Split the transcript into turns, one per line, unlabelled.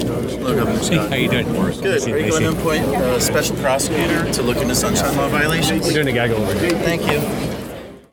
How you doing?
Good. Are you going to appoint a special prosecutor to look into sunshine law violations?
We're doing a gaggle over here.
Thank you.